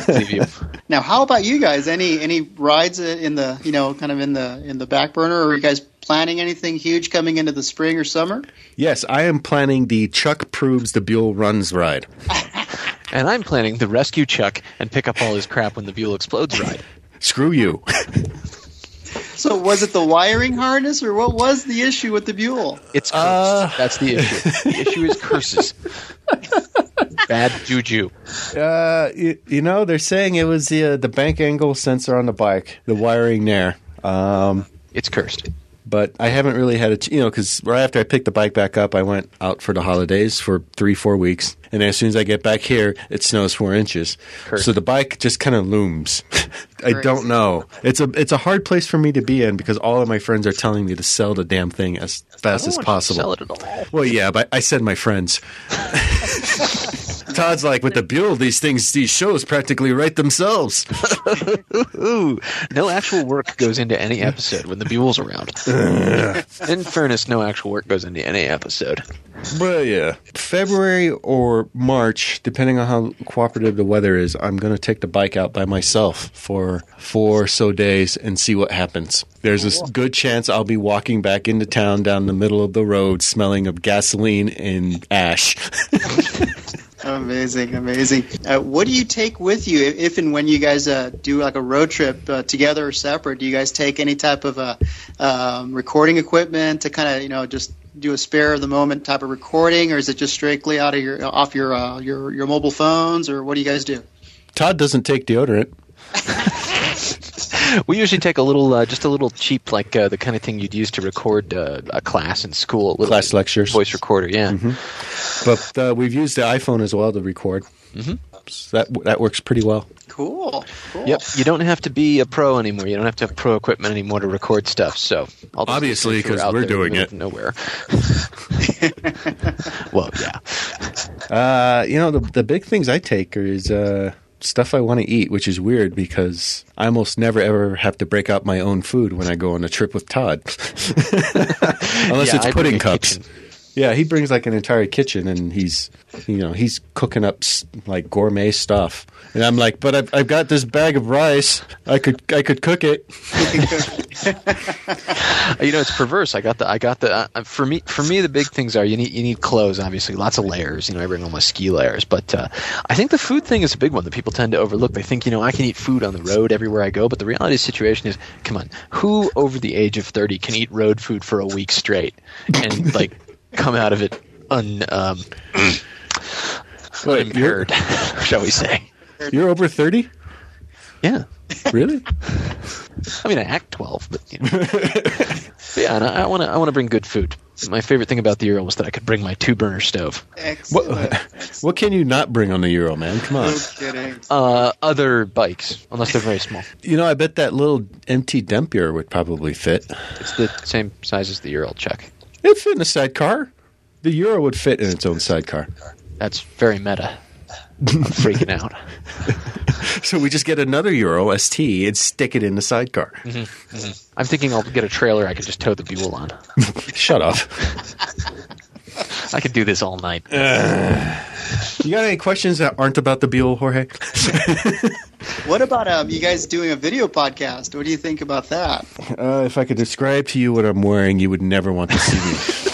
Leave you. Now, how about you guys? Any any rides uh, in the, you know, kind of in the in the back burner or are you guys planning anything huge coming into the spring or summer? Yes, I am planning the Chuck proves the Buell runs ride. And I'm planning to rescue Chuck and pick up all his crap when the Buell explodes ride. Screw you. So, was it the wiring harness or what was the issue with the Buell? It's cursed. That's the issue. The issue is curses. Bad juju. Uh, you, you know, they're saying it was the uh, the bank angle sensor on the bike, the wiring there. Um, It's cursed. but I haven't really had a ch- you know because right after I picked the bike back up, I went out for the holidays for three four weeks, and as soon as I get back here, it snows four inches. So the bike just kind of looms. I don't know. It's a it's a hard place for me to be in because all of my friends are telling me to sell the damn thing as fast as I don't want you to possible. Sell it at all. Well, yeah, but I said my friends. Todd's like with the Buell, these things, these shows practically write themselves. Ooh, no actual work goes into any episode when the Buell's around. In fairness, no actual work goes into any episode. But yeah, February or March, depending on how cooperative the weather is, I'm going to take the bike out by myself for four so days and see what happens. There's a s- good chance I'll be walking back into town down the middle of the road, smelling of gasoline and ash. Amazing, amazing. Uh, what do you take with you if, if and when you guys uh, do like a road trip uh, together or separate? Do you guys take any type of uh, um, recording equipment to kind of you know just do a spare of the moment type of recording, or is it just strictly out of your off your uh, your your mobile phones, or what do you guys do? Todd doesn't take deodorant. we usually take a little, uh, just a little cheap, like uh, the kind of thing you'd use to record uh, a class in school, a little Class lectures. Mm-hmm. voice recorder. Yeah, But uh, we've used the iPhone as well to record. So that that works pretty well. Cool. cool. yep. You don't have to be a pro anymore. You don't have to have pro equipment anymore to record stuff. So all those Obviously, things are 'cause out we're there in the doing middle it. of nowhere. well, yeah. Uh, you know, the the big things I take are is uh, stuff I want to eat, which is weird because I almost never ever have to break out my own food when I go on a trip with Todd, unless Yeah, it's I bring pudding a cups. kitchen. Yeah, he brings like an entire kitchen, and he's you know he's cooking up s- like gourmet stuff, and I'm like, but I've, I've got this bag of rice, I could I could cook it. you know it's perverse i got the i got the uh, uh, for me for me the big things are you need you need clothes obviously lots of layers you know i bring all my ski layers but uh, i think the food thing is a big one that people tend to overlook they think you know i can eat food on the road everywhere i go but the reality of the situation is come on who over the age of 30 can eat road food for a week straight and like come out of it un um Wait, you're unimpaired shall we say you're over thirty, yeah really? I mean, I act twelve, but you know. But yeah, and I want to. I want to bring good food. My favorite thing about the Euro was that I could bring my two burner stove. Excellent. What what can you not bring on the Euro, man? Come on. No kidding. Uh, other bikes, unless they're very small. You know, I bet that little empty Dempier would probably fit. It's the same size as the Euro. Check. It'd fit in a sidecar. The Euro would fit in its own sidecar. That's very meta. I'm freaking out. So we just get another Euro ST and stick it in the sidecar. I'm thinking I'll get a trailer I can just tow the Buell on. Shut up. I could do this all night. You got any questions that aren't about the Buell, Jorge? What about um, you guys doing a video podcast? What do you think about that? Uh, if I could describe to you what I'm wearing, you would never want to see me.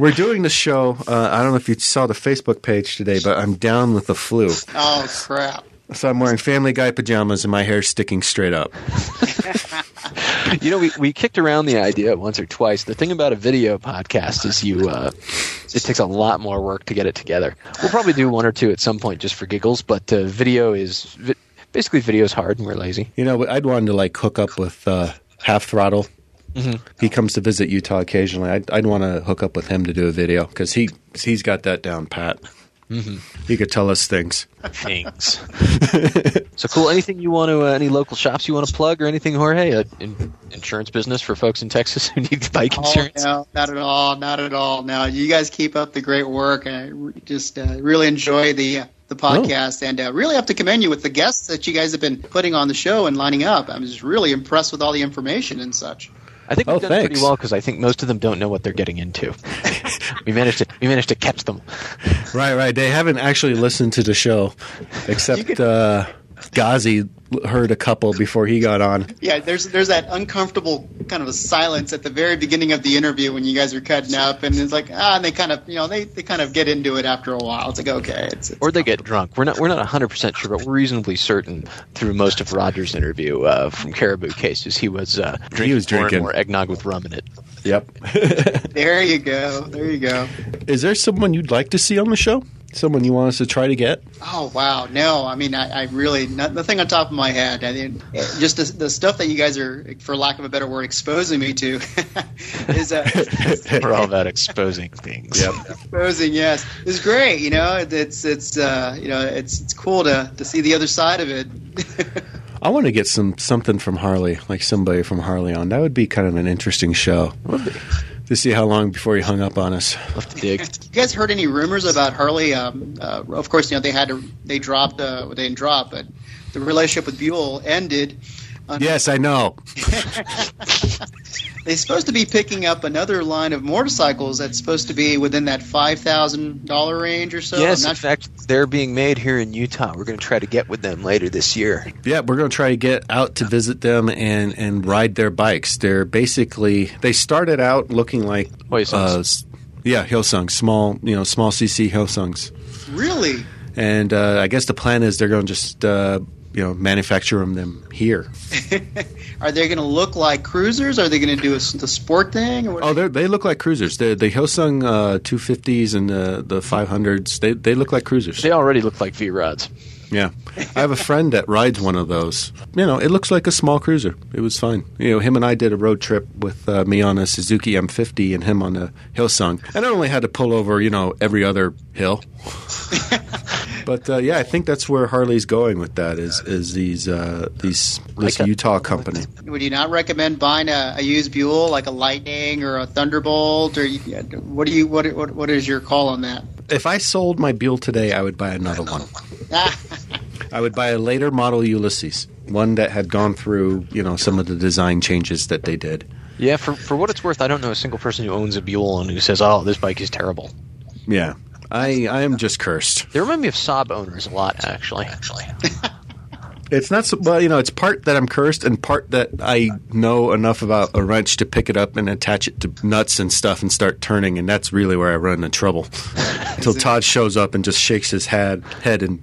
We're doing the show. Uh, I don't know if you saw the Facebook page today, but I'm down with the flu. Oh crap! So I'm wearing Family Guy pajamas and my hair's sticking straight up. You know, we, we kicked around the idea once or twice. The thing about a video podcast is you, uh, it takes a lot more work to get it together. We'll probably do one or two at some point just for giggles, but uh, video is vi- basically video is hard and we're lazy. You know, I'd wanted to like hook up with uh, Half Throttle. He comes to visit Utah occasionally. I'd, I'd want to hook up with him to do a video because he he's got that down pat. He could tell us things. Things. so cool. Anything you want to, uh, any local shops you want to plug or anything, Jorge? Uh, in, insurance business for folks in Texas who need bike Oh, insurance. no, not at all. Not at all. No, you guys keep up the great work, and I re- just uh, really enjoy the the podcast, and uh, really have to commend you with the guests that you guys have been putting on the show and lining up. I'm just really impressed with all the information and such. I think we've Oh, done pretty thanks. well because I think most of them don't know what they're getting into. we managed to we managed to catch them. Right, right. They haven't actually listened to the show, except uh, Ghazi heard a couple before he got on. Yeah, there's there's that uncomfortable kind of a silence at the very beginning of the interview when you guys are cutting up, and it's like ah, and they kind of you know they, they kind of get into it after a while. It's like okay, it's, it's or they get drunk. We're not we're not 100% sure, but we're reasonably certain through most of Roger's interview uh, from Caribou Cases, he was uh, drinking, was more and drinking. more eggnog with rum in it. Yep. there you go, there you go. Is there someone you'd like to see on the show? Someone you want us to try to get? Oh wow, no! I mean, I, I really not, nothing on top of my head. I mean, just the, the stuff that you guys are, for lack of a better word, exposing me to is uh, We're all about exposing things. exposing. Yes, is great. You know, it's it's uh, you know it's it's cool to to see the other side of it. I want to get some something from Harley, like somebody from Harley on. That would be kind of an interesting show. To see how long before he hung up on us. Love to dig. you guys heard any rumors about Harley? Um, uh, of course, you know they had to they dropped uh, well, they didn't drop, but the relationship with Buell ended. On, Yes, I know. They're supposed to be picking up another line of motorcycles that's supposed to be within that five thousand dollar range or so. yes, I'm in not fact, they're being made here in Utah. We're going to try to get with them later this year. Yeah, we're going to try to get out to visit them and and ride their bikes. They're basically they started out looking like Hoysungs. uh, s- yeah, Hillsong, small you know small CC Hillsongs, Really? and uh, I guess the plan is they're going to just uh, you know manufacture them, here. Are they going to look like cruisers? Are they going to do a s the sport thing? Or what? Oh, they they look like cruisers. The the Hillsong uh, 250s and the the 500s. They they look like cruisers. They already look like V Rods. Yeah, I have a friend that rides one of those. You know, it looks like a small cruiser. It was fine. You know, him and I did a road trip with uh, me on a Suzuki M50 and him on a Hillsong. And I only had to pull over, you know, every other hill. but uh, yeah, I think that's where Harley's going with that is is these uh, these this Utah company. Would you not recommend buying a, a used Buell, like a Lightning or a Thunderbolt, or you, what do you what, what what is your call on that? If I sold my Buell today, I would buy another one. I would buy a later model Ulysses, one that had gone through, you know, some of the design changes that they did. Yeah, for for what it's worth, I don't know a single person who owns a Buell and who says, "Oh, this bike is terrible." Yeah. I, I am just cursed. They remind me of Saab owners a lot, actually. Actually, It's not so, well, you know, it's part that I'm cursed and part that I know enough about a wrench to pick it up and attach it to nuts and stuff and start turning, and that's really where I run into trouble. Until Todd shows up and just shakes his head, head and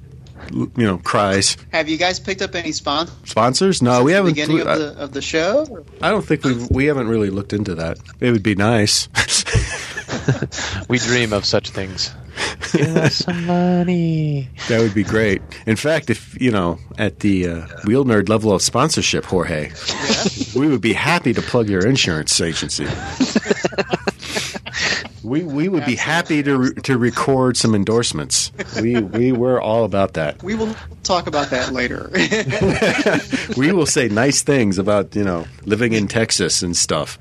you know cries. Have you guys picked up any sponsors? Sponsors? No, Oh, we at haven't. the uh, beginning of I- the of the show. I don't think we we haven't really looked into that. It would be nice. we dream of such things. Give us some money. that would be great. In fact, if you know at the uh, wheel nerd level of sponsorship, Jorge, we would be happy to plug your insurance agency. We, we would be happy to re- to record some endorsements. We we were all about that. We will talk about that later. We will say nice things about you know living in Texas and stuff.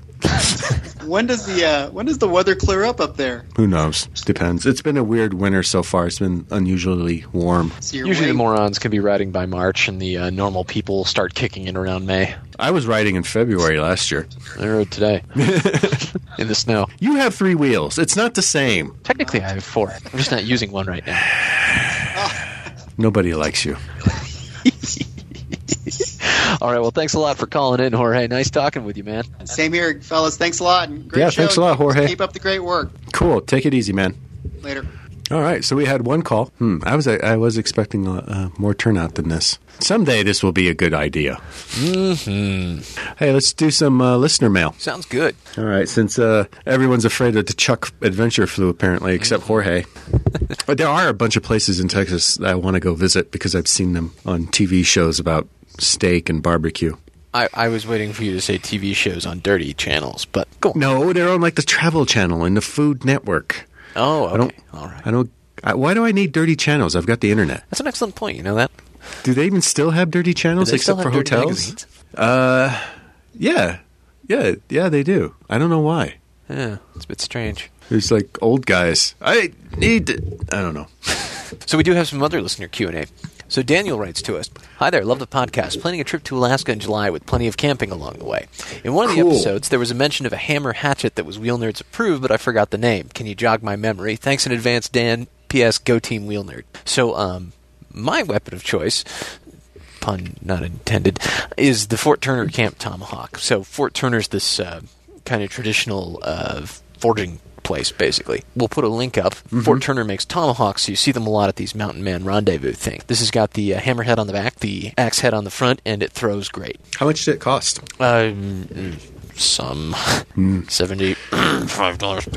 when does the uh, when does the weather clear up up there? Who knows? Depends. It's been a weird winter so far. It's been unusually warm. So you're Usually, the waiting- morons can be riding by March, and the uh, normal people start kicking in around May. I was riding in February last year. I rode today in the snow. You have three wheels. It's not the same. Technically, I have four. I'm just not using one right now. Nobody likes you. All right. Well, thanks a lot for calling in, Jorge. Nice talking with you, man. Same here, fellas. Thanks a lot. And great Yeah, show. thanks a lot, Jorge. Keep up the great work. Cool. Take it easy, man. Later. All right. So we had one call. Hmm. I was I was expecting uh uh more turnout than this. Someday this will be a good idea. Mm-hmm. Hey, let's do some uh, listener mail. Sounds good. All right. Since uh, everyone's afraid of the Chuck Adventure Flu, apparently, Mm-hmm. except Jorge. but there are a bunch of places in Texas that I want to go visit because I've seen them on TV shows about steak and barbecue. I, I was waiting for you to say TV shows on dirty channels, but go on. No, they're on like the Travel Channel and the Food Network. Oh, I don't. okay. All right. I don't. I, why do I need dirty channels? I've got the internet. That's an excellent point. You know that? Do they even still have dirty channels they still except for have dirty hotels? magazines? Yeah, yeah, yeah. They do. I don't know why. Yeah, it's a bit strange. There's like old guys. I need. To, I don't know. So we do have some other listener Q&A. So Daniel writes to us, "Hi there, love the podcast. Planning a trip to Alaska in July with plenty of camping along the way. In one of the Cool. episodes, there was a mention of a hammer hatchet that was Wheel Nerds approved, but I forgot the name. Can you jog my memory? Thanks in advance, Dan. P.S. Go Team Wheel Nerd." So, um, my weapon of choice pun not intended, is the Fort Turner Camp Tomahawk. So Fort Turner's this uh, kind of traditional uh, forging place, basically. We'll put a link up. Fort Turner makes tomahawks, so you see them a lot at these Mountain Man Rendezvous thing. This has got the uh, hammerhead on the back, the axe head on the front, and it throws great. How much did it cost? Um, mm, some seventy five dollars.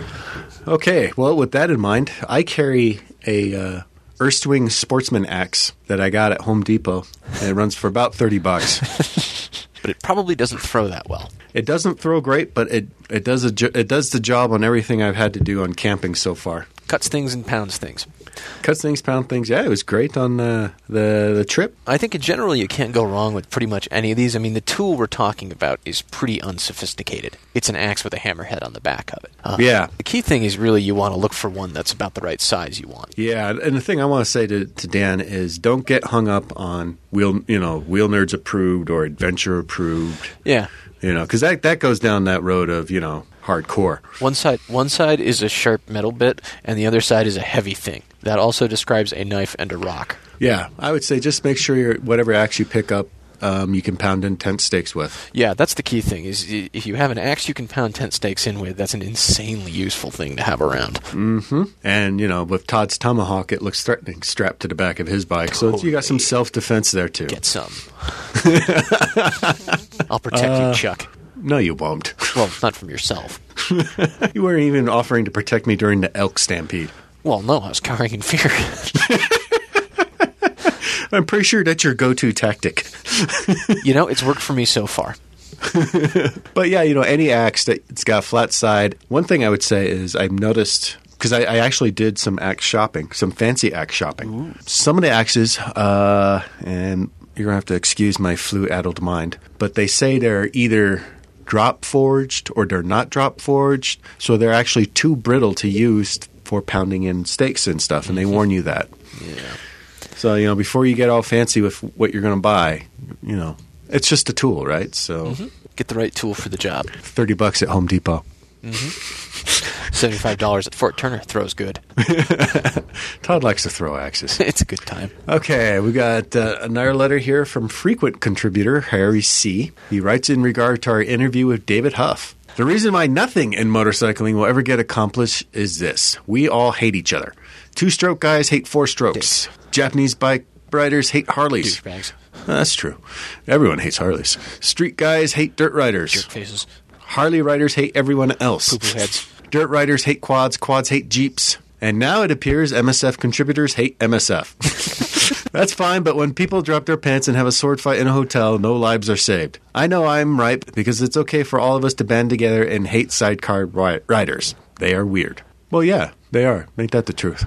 Okay. Well, with that in mind, I carry a uh, Erstwing Sportsman axe that I got at Home Depot. And it runs for about thirty bucks. But it probably doesn't throw that well. It doesn't throw great, but it it does a jo- it does the job on everything I've had to do on camping so far. Cuts things and pounds things. Cuts things, pound things. Yeah, it was great on uh, the the trip. I think in general you can't go wrong with pretty much any of these. I mean, the tool we're talking about is pretty unsophisticated. It's an axe with a hammerhead on the back of it. Uh, Yeah. The key thing is really you want to look for one that's about the right size you want. Yeah, and the thing I want to say to, to Dan is don't get hung up on wheel you know wheel nerds approved or adventure approved, Yeah. you know, because that that goes down that road of you know hardcore. One side one side is a sharp metal bit, and the other side is a heavy thing. That also describes a knife and a rock. Yeah, I would say just make sure your whatever axe you pick up, um, you can pound in tent stakes with. Yeah, that's the key thing. Is i- if you have an axe you can pound tent stakes in with, that's an insanely useful thing to have around. And you know, with Todd's tomahawk, it looks threatening strapped to the back of his bike. So it's- you got some self defense there too. Get some. I'll protect you, Chuck. No, you won't. Well, not from yourself. you weren't even offering to protect me during the elk stampede. Well, no, I was cowering in fear. I'm pretty sure that's your go-to tactic. you know, it's worked for me so far. But yeah, you know, any axe that's got a flat side. One thing I would say is I've noticed because I, I actually did some axe shopping, some fancy axe shopping. Some of the axes, uh, and you're gonna have to excuse my flu-addled mind, but they say they're either drop forged or they're not drop forged, so they're actually too brittle to use for pounding in steaks and stuff, and they warn you that. Yeah. So you know, before you get all fancy with what you're gonna buy, you know, it's just a tool, right? So Get the right tool for the job. thirty bucks at Home Depot. Seventy-five dollars at Fort Turner throws good. Todd likes to throw axes. It's a good time. Okay, we got uh, another letter here from frequent contributor Harry C. He writes in regard to our interview with David Huff. The reason why nothing in motorcycling will ever get accomplished is this we all hate each other. Two stroke guys hate four strokes, Japanese bike riders hate Harleys. Douchebags, That's true. Everyone hates Harleys. Street guys hate dirt riders. jerk faces. Harley riders hate everyone else. Poo-poo heads. Dirt riders hate quads. Quads hate Jeeps. And now it appears MSF contributors hate MSF. That's fine, but when people drop their pants and have a sword fight in a hotel, no lives are saved. I know I'm right because it's okay for all of us to band together and hate sidecar ri- riders. They are weird. Well, yeah, they are. Ain't that the truth?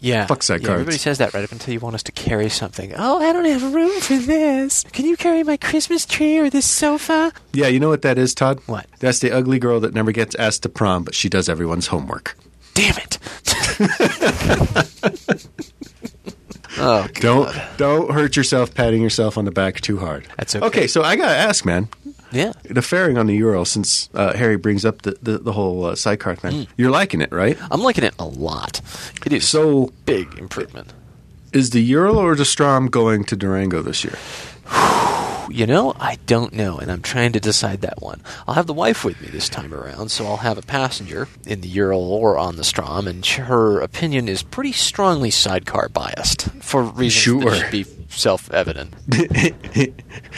Yeah. Fuck sidecards. yeah, Everybody says that right up until you want us to carry something. Oh, I don't have room for this. Can you carry my Christmas tree or this sofa? Yeah, you know what that is, Todd? What? That's the ugly girl that never gets asked to prom, but she does everyone's homework. Damn it. oh, God. Don't don't hurt yourself patting yourself on the back too hard. That's okay. Okay, so I gotta ask, man, yeah. the fairing on the Ural since uh, Harry brings up the the, the whole uh, sidecar Mm. thing. You're liking it, right? I'm liking it a lot. It is so So big improvement. is the Ural or the Strom going to Durango this year? You know, I don't know, and I'm trying to decide that one. I'll have the wife with me this time around, so I'll have a passenger in the Ural or on the Strom, and sh- her opinion is pretty strongly sidecar biased for reasons Sure. that should be self-evident.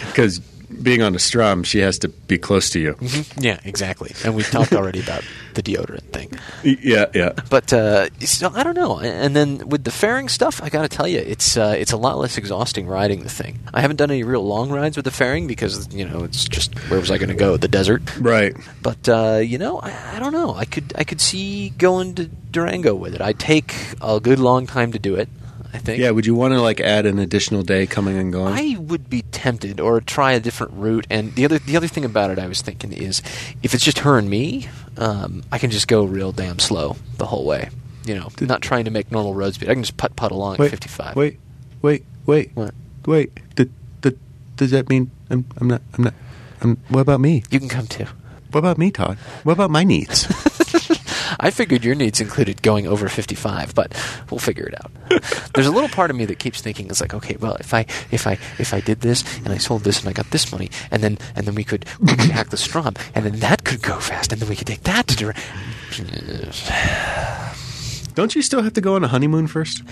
Because being on the Strom, she has to be close to you. yeah, exactly. And we talked already about the deodorant thing. yeah, yeah. But uh, so I don't know. And then with the fairing stuff, I got to tell you, it's uh, it's a lot less exhausting riding the thing. I haven't done any real long rides with the fairing because you know it's just where was I going to go? The desert. Right. But uh, you know, I, I don't know. I could I could see going to Durango with it. I take a good long time to do it. I think. Yeah. Would you want to like add an additional day coming and going? I would be tempted or try a different route. And the other the other thing about it, I was thinking is, if it's just her and me, um, I can just go real damn slow the whole way. You know, not trying to make normal road speed. I can just putt putt along at wait, 55. Wait, wait, wait, What? wait. Th- th- does that mean I'm, I'm not? I'm not. I'm, what about me? You can come too. What about me, Todd? What about my needs? I figured your needs included going over 55, but we'll figure it out. There's a little part of me that keeps thinking it's like, okay, well, if I if I if I did this and I sold this and I got this money and then and then we could we could hack the Strom and then that could go fast and then we could take that to Dur- Don't you still have to go on a honeymoon first?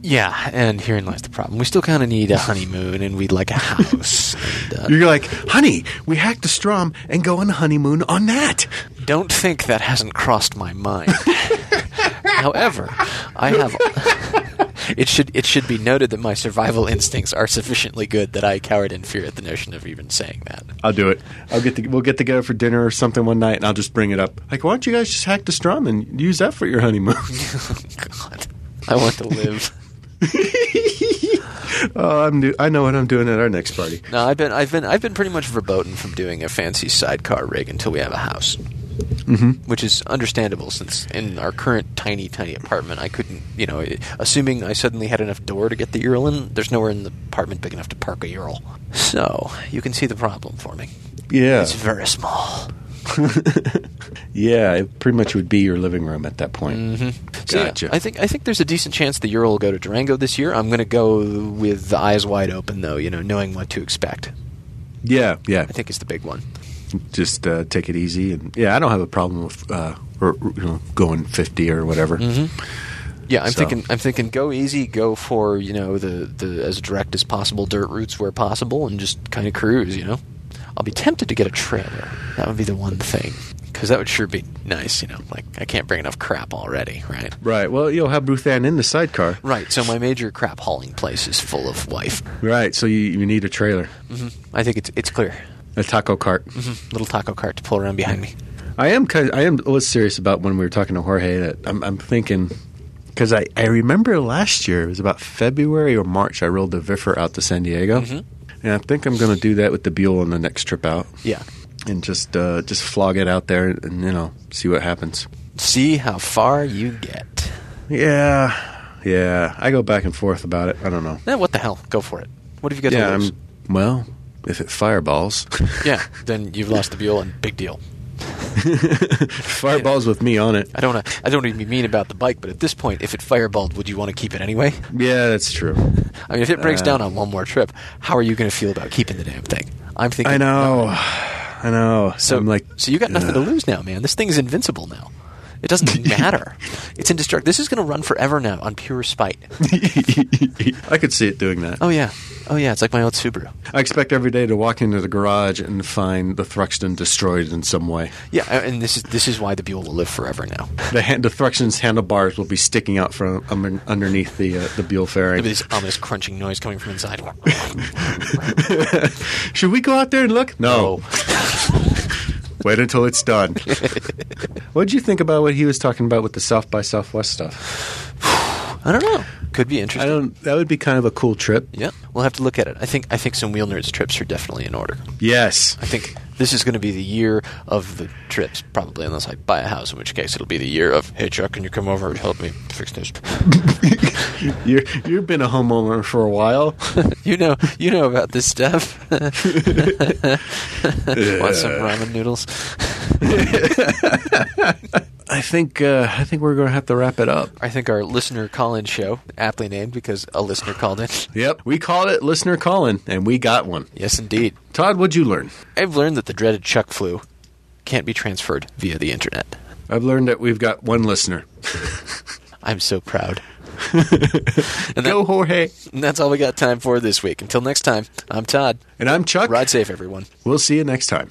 Yeah, and herein lies the problem. We still kind of need a honeymoon and we'd like a house. and, uh, You're like, honey, we hacked the Strom and go on a honeymoon on that. don't think that hasn't crossed my mind. However, I have. It should it should be noted that my survival instincts are sufficiently good that I cowered in fear at the notion of even saying that. I'll do it. I'll get to, we'll get together for dinner or something one night, and I'll just bring it up. Like, why don't you guys just hack the Strom and use that for your honeymoon? God, I want to live. oh, I'm do- I know what I'm doing at our next party. No, I've been I've been I've been pretty much verboten from doing a fancy sidecar rig until we have a house, mm-hmm. which is understandable since in our current tiny tiny apartment I couldn't you know i- assuming I suddenly had enough door to get the urinal in there's nowhere in the apartment big enough to park a urinal so you can see the problem for me Yeah, it's very small yeah. It pretty much would be your living room at that point. So, yeah, Gotcha. I think I think there's a decent chance the urinal will go to Durango this year I'm going to go with the eyes wide open though you know knowing what to expect Yeah, yeah. I think it's the big one just uh, take it easy and yeah i don't have a problem with uh, or, you know, going 50 or whatever Yeah, I'm So- thinking. I'm thinking. Go easy. Go for you know the, the as direct as possible dirt routes where possible, and just kind of cruise. You know, I'll be tempted to get a trailer. That would be the one thing. because that would sure be nice. You know, like I can't bring enough crap already, right? Right. Well, you'll have Ruth Ann in the sidecar. Right. So my major crap hauling place is full of wife. Right. So you, you need a trailer, I think it's it's clear. a taco cart. Little taco cart to pull around behind me. I am. ki- I am. I was serious about when we were talking to Jorge that I'm, I'm thinking because I, I remember last year it was about February or March I rolled the Viffer out to San Diego, and I think I'm going to do that with the Buell on the next trip out Yeah. and just uh, just flog it out there and you know see what happens. See how far you get. Yeah, yeah. I go back and forth about it. I don't know. Eh, what the hell? Go for it. What have you got Yeah. to I'm, lose? well, if it fireballs, Yeah. Then you've lost the Buell and big deal. fireballs with me on it. I don't. I don't even mean about the bike, but at this point, if it fireballed, would you want to keep it anyway? Yeah, that's true. I mean, if it breaks Uh, down on one more trip, how are you going to feel about keeping the damn thing? I'm thinking. I know. I know. So I'm like, uh. so you got nothing to ugh. lose now, man. This thing's invincible now. It doesn't matter. it's indestructible. This is going to run forever now on pure spite. I could see it doing that. Oh yeah. Oh yeah. It's like my old Subaru. I expect every day to walk into the garage and find the Thruxton destroyed in some way. Yeah, uh, and this is this is why the Buell will live forever now. The, hand, the Thruxton's handlebars will be sticking out from um, underneath the uh, the Buell There'll fairing. be this ominous crunching noise coming from inside. Should we go out there and look? No. Oh, Wait until it's done. what did you think about what he was talking about with the South by Southwest stuff? I don't know. Could be I interesting. don't. That would be kind of a cool trip. Yeah, we'll have to look at it. I think I think some wheel nerds trips are definitely in order. Yes. I think this is going to be the year of the trips, probably, unless I buy a house, in which case it'll be the year of, hey, Chuck, can you come over and help me fix this? You're, you've been a homeowner for a while. you know, you know about this stuff. Want some ramen noodles? I think uh, I think we're going to have to wrap it up. I think our listener call-in show, aptly named because a listener called in. Yep, we called it listener calling, and we got one. Yes, indeed. Todd, what'd you learn? I've learned that the dreaded Chuck flu can't be transferred via the internet. I've learned that we've got one listener. I'm so proud. and, Go, that, Jorge. and that's all we got time for this week. Until next time, I'm Todd. And I'm Chuck. Ride safe, everyone. We'll see you next time.